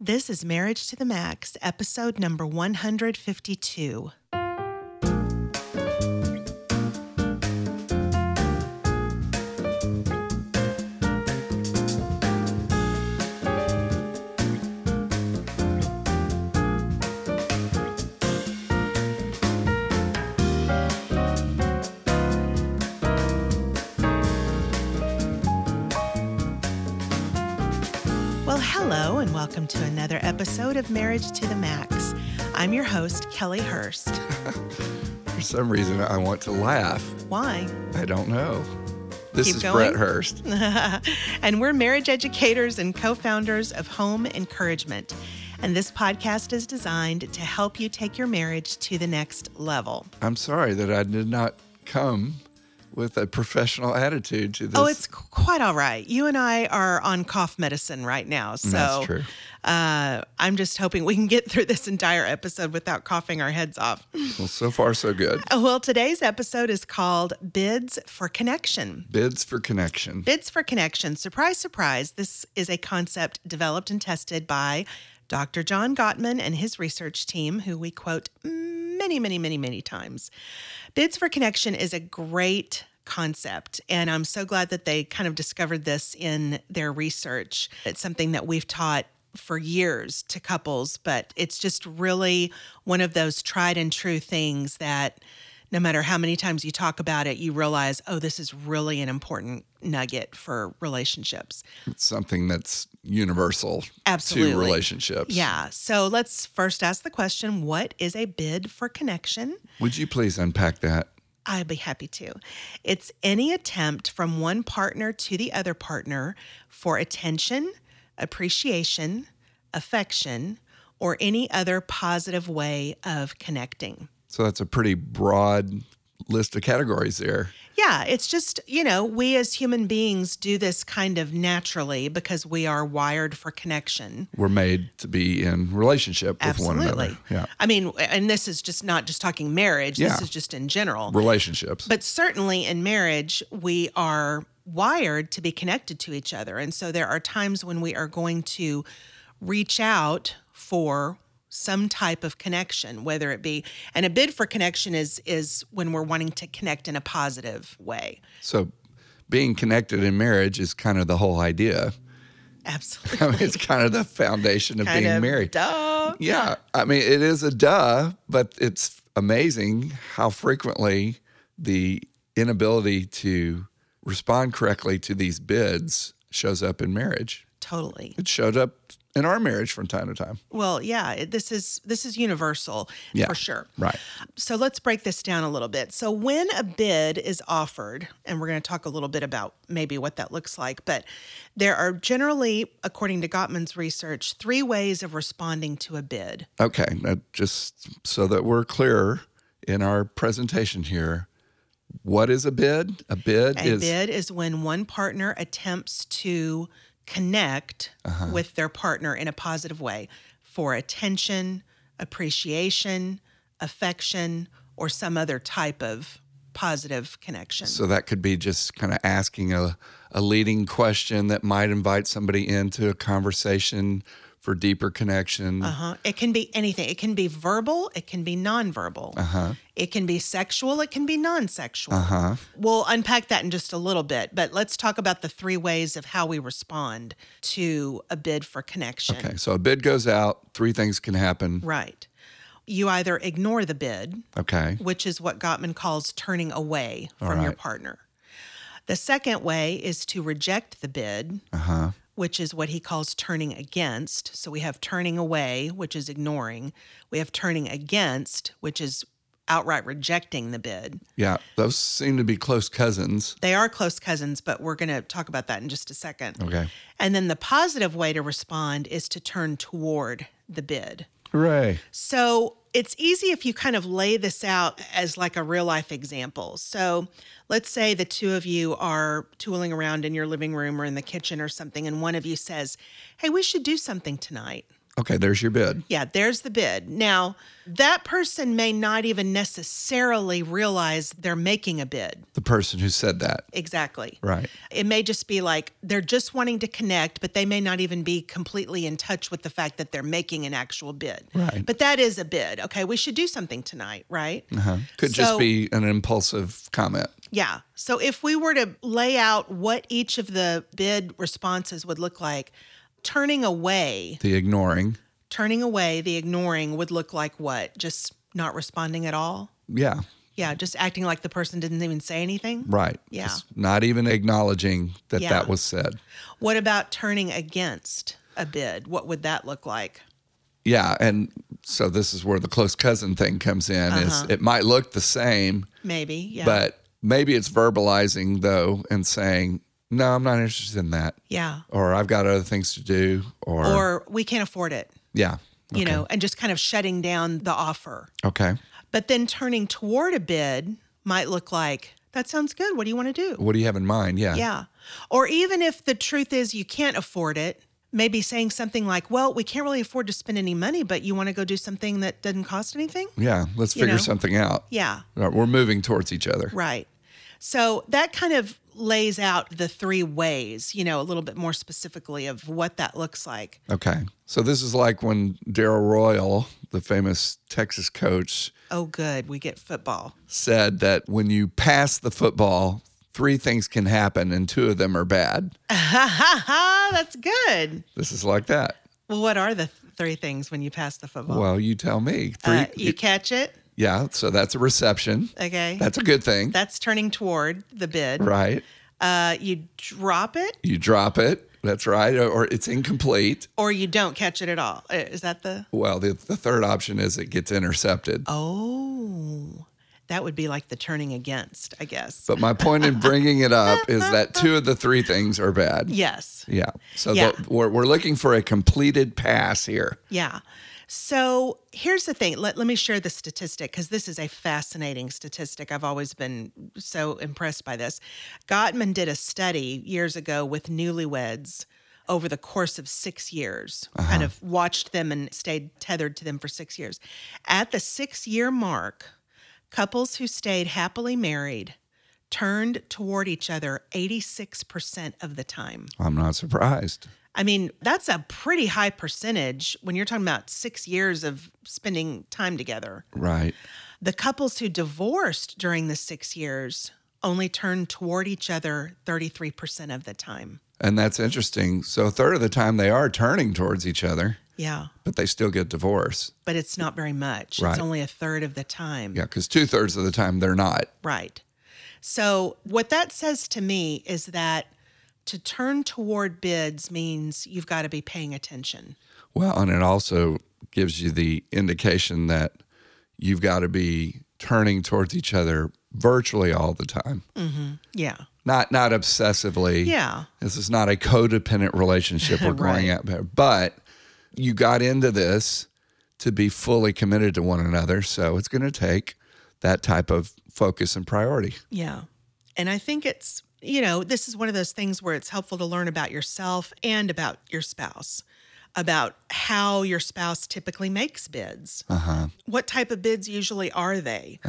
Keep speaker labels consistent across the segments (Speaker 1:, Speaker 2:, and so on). Speaker 1: This is Marriage to the Max, episode number 152. Well, hello, and welcome to another episode of Marriage to the Max. I'm your host, Kelly Hurst.
Speaker 2: For some reason, I want to laugh.
Speaker 1: Why?
Speaker 2: I don't know. This
Speaker 1: Keep
Speaker 2: is
Speaker 1: going.
Speaker 2: Brett Hurst.
Speaker 1: and we're marriage educators and co founders of Home Encouragement. And this podcast is designed to help you take your marriage to the next level.
Speaker 2: I'm sorry that I did not come with a professional attitude to this.
Speaker 1: Oh, it's qu- quite all right. You and I are on cough medicine right now. So
Speaker 2: That's true.
Speaker 1: Uh, I'm just hoping we can get through this entire episode without coughing our heads off.
Speaker 2: Well, so far, so good.
Speaker 1: Well, today's episode is called Bids for Connection.
Speaker 2: Bids for connection.
Speaker 1: Bids for Connection. Surprise, surprise. This is a concept developed and tested by Dr. John Gottman and his research team, who we quote many, many, many, many times. Bids for Connection is a great concept, and I'm so glad that they kind of discovered this in their research. It's something that we've taught for years to couples, but it's just really one of those tried and true things that no matter how many times you talk about it, you realize, oh, this is really an important nugget for relationships.
Speaker 2: It's something that's universal
Speaker 1: Absolutely.
Speaker 2: to relationships.
Speaker 1: Yeah. So let's first ask the question what is a bid for connection?
Speaker 2: Would you please unpack that?
Speaker 1: I'd be happy to. It's any attempt from one partner to the other partner for attention, appreciation, affection, or any other positive way of connecting.
Speaker 2: So that's a pretty broad list of categories there.
Speaker 1: Yeah, it's just, you know, we as human beings do this kind of naturally because we are wired for connection.
Speaker 2: We're made to be in relationship with
Speaker 1: Absolutely.
Speaker 2: one another. Yeah.
Speaker 1: I mean, and this is just not just talking marriage, this
Speaker 2: Yeah.
Speaker 1: is just in general.
Speaker 2: Relationships.
Speaker 1: But certainly in marriage, we are wired to be connected to each other. And so there are times when we are going to reach out for some type of connection whether it be and a bid for connection is is when we're wanting to connect in a positive way
Speaker 2: so being connected in marriage is kind of the whole idea.
Speaker 1: absolutely
Speaker 2: I mean, it's kind of the foundation of being married.
Speaker 1: Duh.
Speaker 2: Yeah. I mean, it is a duh, but it's amazing how frequently the inability to respond correctly to these bids shows up in marriage.
Speaker 1: Totally.
Speaker 2: It showed up in our marriage from time to time.
Speaker 1: Well, yeah, it- this is this is universal
Speaker 2: Yeah.
Speaker 1: for sure.
Speaker 2: Right.
Speaker 1: So let's break this down a little bit. So when a bid is offered, and we're going to talk a little bit about maybe what that looks like, but there are generally, according to Gottman's research, three ways of responding to a bid.
Speaker 2: Okay. Now, just so that we're clear in our presentation here, what is a bid? A bid
Speaker 1: A
Speaker 2: is
Speaker 1: bid is when one partner attempts to connect
Speaker 2: Uh-huh.
Speaker 1: with their partner in a positive way for attention, appreciation, affection, or some other type of positive connection.
Speaker 2: So that could be just kind of asking a, a leading question that might invite somebody into a conversation for deeper connection.
Speaker 1: uh-huh. It can be anything. It can be verbal, it can be nonverbal. Uh-huh. It can be sexual, it can be non-sexual. Uh-huh. We'll unpack that in just a little bit, but let's talk about the three ways of how we respond to a bid for connection.
Speaker 2: Okay. So a bid goes out, three things can happen.
Speaker 1: Right. You either ignore the bid,
Speaker 2: Okay.
Speaker 1: which is what Gottman calls turning away from your
Speaker 2: right.
Speaker 1: partner. The second way is to reject the bid, which is what he calls turning against. So we have turning away, which is ignoring. We have turning against, which is outright rejecting the bid.
Speaker 2: Yeah. Those seem to be close cousins.
Speaker 1: They are close cousins, but we're going to talk about that in just a second.
Speaker 2: Okay.
Speaker 1: And then the positive way to respond is to turn toward the bid.
Speaker 2: Hooray.
Speaker 1: So it's easy if you kind of lay this out as like a real life example. So let's say the two of you are tooling around in your living room or in the kitchen or something, and one of you says, Hey, we should do something tonight.
Speaker 2: Okay, there's your bid.
Speaker 1: Yeah, there's the bid. Now, that person may not even necessarily realize they're making a bid.
Speaker 2: The person who said that.
Speaker 1: Exactly.
Speaker 2: Right.
Speaker 1: It may just be like they're just wanting to connect, but they may not even be completely in touch with the fact that they're making an actual bid.
Speaker 2: Right.
Speaker 1: But that is a bid. Okay, we should do something tonight, right?
Speaker 2: Uh-huh. Could
Speaker 1: So-
Speaker 2: just be an impulsive comment.
Speaker 1: Yeah. So if we were to lay out what each of the bid responses would look like, turning away,
Speaker 2: The ignoring.
Speaker 1: turning away, the ignoring would look like what? Just not responding at all?
Speaker 2: Yeah.
Speaker 1: Yeah, just acting like the person didn't even say anything.
Speaker 2: Right.
Speaker 1: Yeah.
Speaker 2: Just not even acknowledging that
Speaker 1: Yeah.
Speaker 2: that was said.
Speaker 1: What about turning against a bid? What would that look like?
Speaker 2: Yeah, and so this is where the close cousin thing comes in. Is it might look the same,
Speaker 1: Maybe. Uh-huh. Yeah.
Speaker 2: but maybe it's verbalizing though and saying, "No, I'm not interested in that,"
Speaker 1: yeah.
Speaker 2: or "I've got other things to do," or,
Speaker 1: Or we can't afford it,
Speaker 2: yeah,
Speaker 1: you know, and just kind of shutting down the offer.
Speaker 2: okay.
Speaker 1: But then turning toward a bid might look like, that sounds good. What do you want to do?
Speaker 2: What do you have in mind? Yeah,
Speaker 1: Yeah. Or even if the truth is you can't afford it, maybe saying something like, well, we can't really afford to spend any money, but you want to go do something that doesn't cost anything?
Speaker 2: Yeah, Let's figure
Speaker 1: know?
Speaker 2: something out.
Speaker 1: Yeah.
Speaker 2: All right, We're moving towards each other.
Speaker 1: Right. So that kind of lays out the three ways, you know, a little bit more specifically of what that looks like.
Speaker 2: Okay, so this is like when Daryl Royal, the famous Texas coach,
Speaker 1: Oh, good. We get football.
Speaker 2: said that when you pass the football, three things can happen, and two of them are bad.
Speaker 1: That's good.
Speaker 2: This is like that.
Speaker 1: Well, what are the th- three things when you pass the football?
Speaker 2: Well, you tell me. Three,
Speaker 1: uh, you catch it.
Speaker 2: yeah, so that's a reception.
Speaker 1: Okay.
Speaker 2: That's a good thing,
Speaker 1: That's turning toward the bid.
Speaker 2: right?
Speaker 1: Uh, you drop it
Speaker 2: You drop it. That's right. Or, or it's incomplete.
Speaker 1: or you don't catch it at all. Uh, Is that the.
Speaker 2: Well, the, the third option is it gets intercepted.
Speaker 1: Oh, that would be like the turning against, I guess.
Speaker 2: But my point in bringing it up is that two of the three things are bad.
Speaker 1: yes.
Speaker 2: Yeah. So
Speaker 1: Yeah.
Speaker 2: The, we're, we're looking for a completed pass here.
Speaker 1: Yeah. So here's the thing. Let, let me share the statistic because this is a fascinating statistic. I've always been so impressed by this. Gottman did a study years ago with newlyweds over the course of six years, kind of watched them and stayed tethered to them for six years. At the six year mark, couples who stayed happily married turned toward each other 86% of the time.
Speaker 2: I'm not surprised.
Speaker 1: I mean, that's a pretty high percentage when you're talking about six years of spending time together.
Speaker 2: Right.
Speaker 1: The couples who divorced during the six years only turned toward each other 33% of the time.
Speaker 2: And that's interesting. So a third of the time they are turning towards each other,
Speaker 1: Yeah,
Speaker 2: but they still get divorced.
Speaker 1: but it's not very much.
Speaker 2: Right.
Speaker 1: It's only a third of the time.
Speaker 2: Yeah, because two thirds of the time they're not.
Speaker 1: Right. So, what that says to me is that to turn toward bids means you've got to be paying attention.
Speaker 2: Well, and it also gives you the indication that you've got to be turning towards each other virtually all the time.
Speaker 1: Yeah.
Speaker 2: Not not obsessively.
Speaker 1: Mm. Yeah.
Speaker 2: This is not a codependent relationship we're growing
Speaker 1: Right.
Speaker 2: up there. But you got into this to be fully committed to one another. So it's gonna take that type of focus and priority.
Speaker 1: Yeah. And I think it's, you know, this is one of those things where it's helpful to learn about yourself and about your spouse, about how your spouse typically makes bids. Uh-huh. What type of bids usually are they?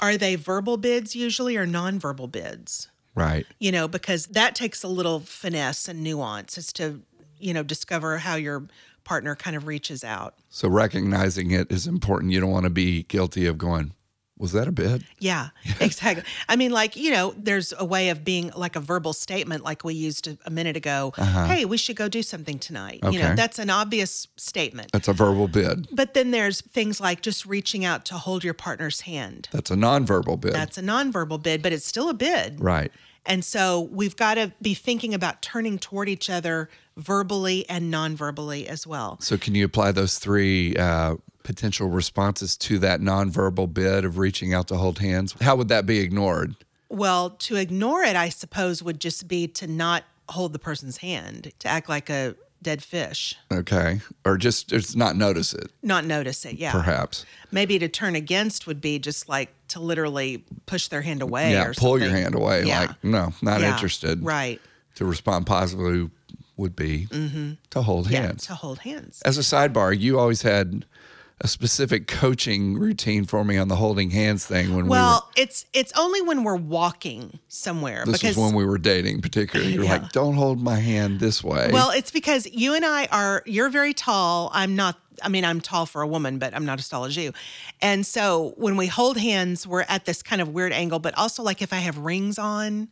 Speaker 1: Are they verbal bids usually or nonverbal bids?
Speaker 2: Right.
Speaker 1: You know, because that takes a little finesse and nuance as to, you know, discover how your partner kind of reaches out.
Speaker 2: So recognizing it is important. You don't want to be guilty of going, was that a bid?
Speaker 1: Yeah, exactly. I mean, like, you know, there's a way of being like a verbal statement, like we used a, a minute ago. Hey, we should go do something tonight. You know,
Speaker 2: Uh-huh. Okay.
Speaker 1: that's an obvious statement.
Speaker 2: That's a verbal bid.
Speaker 1: But then there's things like just reaching out to hold your partner's hand.
Speaker 2: That's a nonverbal bid.
Speaker 1: That's a nonverbal bid, but it's still a bid.
Speaker 2: right.
Speaker 1: And so we've got to be thinking about turning toward each other verbally and nonverbally as well.
Speaker 2: So, can you apply those three uh, potential responses to that nonverbal bid of reaching out to hold hands? How would that be ignored?
Speaker 1: Well, to ignore it, I suppose, would just be to not hold the person's hand, to act like a dead fish.
Speaker 2: Okay, or just just not notice it,
Speaker 1: not notice it. Yeah.
Speaker 2: perhaps.
Speaker 1: Maybe to turn against would be just like to literally push their hand away.
Speaker 2: yeah,
Speaker 1: or
Speaker 2: pull your
Speaker 1: something.
Speaker 2: hand away.
Speaker 1: Yeah.
Speaker 2: Like, no, not
Speaker 1: Yeah,
Speaker 2: interested.
Speaker 1: Right.
Speaker 2: To respond positively would be
Speaker 1: Mm-hmm.
Speaker 2: to hold hands.
Speaker 1: to hold hands.
Speaker 2: As a sidebar, you always had a specific coaching routine for me on the holding hands thing when we were
Speaker 1: Well, it's it's only when we're walking somewhere
Speaker 2: This
Speaker 1: because
Speaker 2: is when we were dating, particularly. You're like, don't hold my hand this way.
Speaker 1: well, it's because you and I are you're very tall. I'm not I mean, I'm tall for a woman, but I'm not as tall as you. And so when we hold hands, we're at this kind of weird angle, but also like if I have rings on,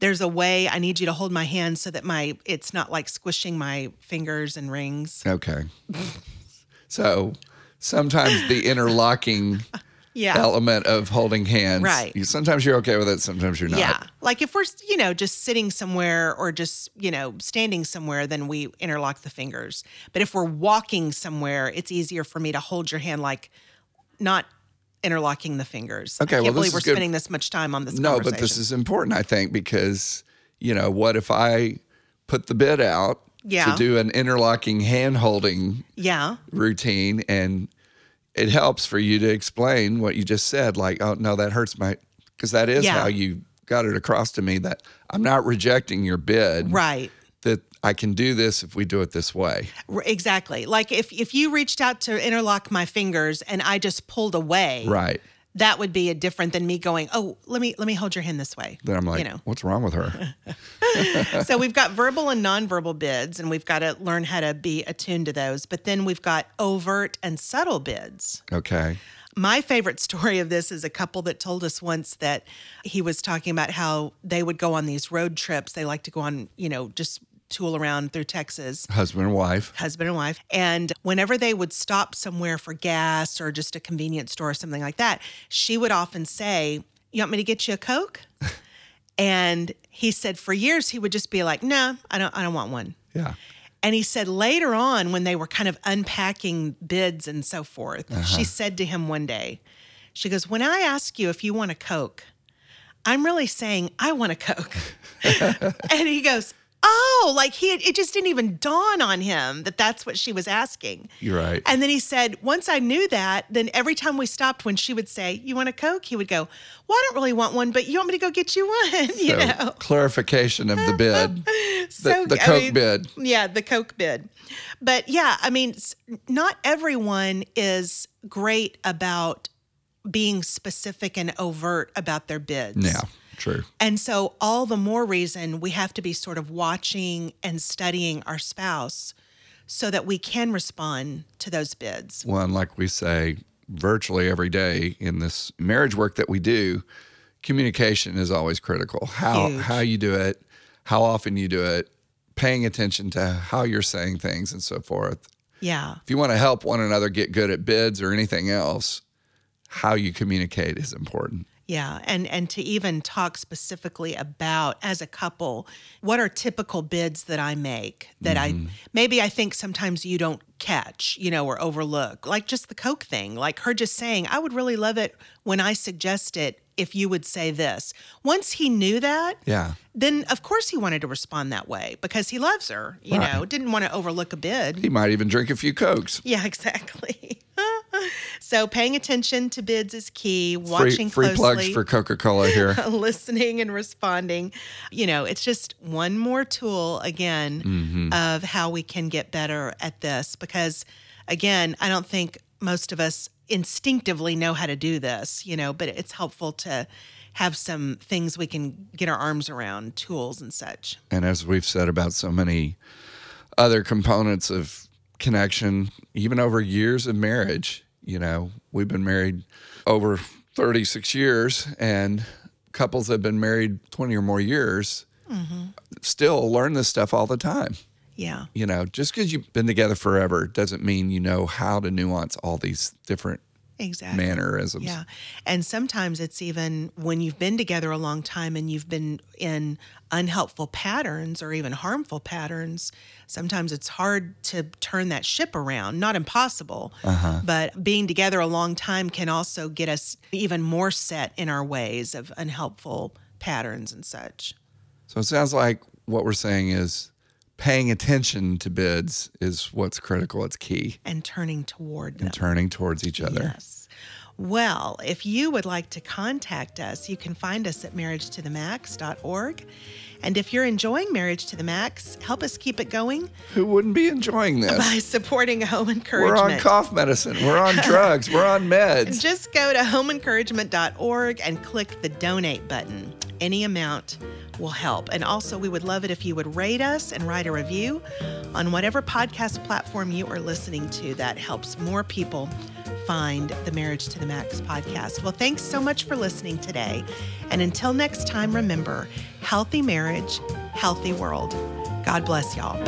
Speaker 1: there's a way I need you to hold my hand so that my it's not like squishing my fingers and rings.
Speaker 2: okay. so sometimes the interlocking
Speaker 1: Yeah.
Speaker 2: element of holding hands,
Speaker 1: Right.
Speaker 2: You, sometimes you're okay with it, sometimes you're not.
Speaker 1: Yeah. Like if we're, you know, just sitting somewhere or just, you know, standing somewhere, then we interlock the fingers. But if we're walking somewhere, it's easier for me to hold your hand, like not interlocking the fingers. I
Speaker 2: Okay,
Speaker 1: can't
Speaker 2: well, this
Speaker 1: believe
Speaker 2: is
Speaker 1: we're
Speaker 2: good.
Speaker 1: spending this much time on this
Speaker 2: No,
Speaker 1: conversation.
Speaker 2: but this is important, I think, because, you know, what if I put the bid out
Speaker 1: Yeah.
Speaker 2: to do an interlocking hand holding
Speaker 1: Yeah.
Speaker 2: routine and it helps for you to explain what you just said like oh no that hurts my because that is
Speaker 1: Yeah.
Speaker 2: how you got it across to me that i'm not rejecting your bid
Speaker 1: Right.
Speaker 2: that i can do this if we do it this way
Speaker 1: R- Exactly. Like if, if you reached out to interlock my fingers and I just pulled away,
Speaker 2: right
Speaker 1: that would be a different than me going, oh, let me, let me hold your hand this way.
Speaker 2: then i'm like
Speaker 1: you know,
Speaker 2: what's wrong with her
Speaker 1: so we've got verbal and nonverbal bids, and we've got to learn how to be attuned to those. But then we've got overt and subtle bids.
Speaker 2: okay
Speaker 1: My favorite story of this is a couple that told us once that he was talking about how they would go on these road trips. They like to go on, you know, just tool around through Texas
Speaker 2: husband and wife
Speaker 1: husband and wife. And whenever they would stop somewhere for gas or just a convenience store or something like that, she would often say, You want me to get you a Coke? and he said for years he would just be like, No, I don't I don't want one.
Speaker 2: yeah
Speaker 1: And he said later on, when they were kind of unpacking bids and so forth,
Speaker 2: Uh-huh.
Speaker 1: she said to him one day, She goes, When I ask you if you want a Coke, I'm really saying I want a Coke. and he goes, Oh, like he had, it just didn't even dawn on him that that's what she was asking.
Speaker 2: you're right
Speaker 1: And then he said, Once I knew that, then every time we stopped, when she would say, You want a Coke? He would go, Well, I don't really want one, but you want me to go get you one? you
Speaker 2: so
Speaker 1: know?
Speaker 2: clarification of the bid the,
Speaker 1: So,
Speaker 2: the
Speaker 1: I
Speaker 2: coke
Speaker 1: mean-
Speaker 2: bid
Speaker 1: Yeah, the Coke bid. But yeah, I mean, s- not everyone is great about being specific and overt about their bids.
Speaker 2: yeah true
Speaker 1: And so, all the more reason we have to be sort of watching and studying our spouse so that we can respond to those bids.
Speaker 2: one, like we say virtually every day in this marriage work that we do, communication is always critical. How
Speaker 1: Huge.
Speaker 2: how you do it, how often you do it, paying attention to how you're saying things and so forth.
Speaker 1: Yeah.
Speaker 2: If you want to help one another get good at bids or anything else, how you communicate is important.
Speaker 1: Yeah, and and to even talk specifically about as a couple, what are typical bids that I make that
Speaker 2: Mm-hmm.
Speaker 1: I maybe I think sometimes you don't catch, you know, or overlook. Like just the Coke thing, like her just saying, "I would really love it when I suggest it if you would say this." Once he knew that,
Speaker 2: Yeah.
Speaker 1: then of course he wanted to respond that way because he loves her, you know, didn't want to overlook a bid.
Speaker 2: He might even drink a few cokes.
Speaker 1: Yeah, exactly. so paying attention to bids is key,
Speaker 2: Free,
Speaker 1: watching
Speaker 2: free
Speaker 1: closely
Speaker 2: plugs for Coca-Cola here.
Speaker 1: listening and responding. You know, it's just one more tool again of how we can get better at this because, again, I don't think most of us instinctively know how to do this, you know, but it's helpful to have some things we can get our arms around, tools and such.
Speaker 2: And as we've said about so many other components of connection, even over years of marriage, you know, we've been married over 36 years and couples that have been married 20 or more years
Speaker 1: Mm-hmm.
Speaker 2: still learn this stuff all the time.
Speaker 1: Yeah.
Speaker 2: You know, just because you've been together forever doesn't mean you know how to nuance all these different
Speaker 1: Exactly.
Speaker 2: mannerisms.
Speaker 1: Yeah. And sometimes it's even when you've been together a long time and you've been in unhelpful patterns or even harmful patterns, sometimes it's hard to turn that ship around. Not impossible, but being together a long time can also get us even more set in our ways of unhelpful patterns and such.
Speaker 2: So it sounds like what we're saying is paying attention to bids is what's critical. It's key
Speaker 1: and turning toward them.
Speaker 2: and turning towards each other.
Speaker 1: Yes. Well, if you would like to contact us, you can find us at marriagetothemax.org. And if you're enjoying Marriage to the Max, help us keep it going
Speaker 2: Who wouldn't be enjoying this?
Speaker 1: by supporting Home
Speaker 2: We're
Speaker 1: Encouragement.
Speaker 2: on cough medicine. We're on drugs. We're on meds.
Speaker 1: Just go to homeencouragement.org and click the donate button. Any amount will help. And also, we would love it if you would rate us and write a review on whatever podcast platform you are listening to. That helps more people find the Marriage to the Max podcast. Well, thanks so much for listening today. And until next time, remember healthy marriage, healthy world. God bless y'all.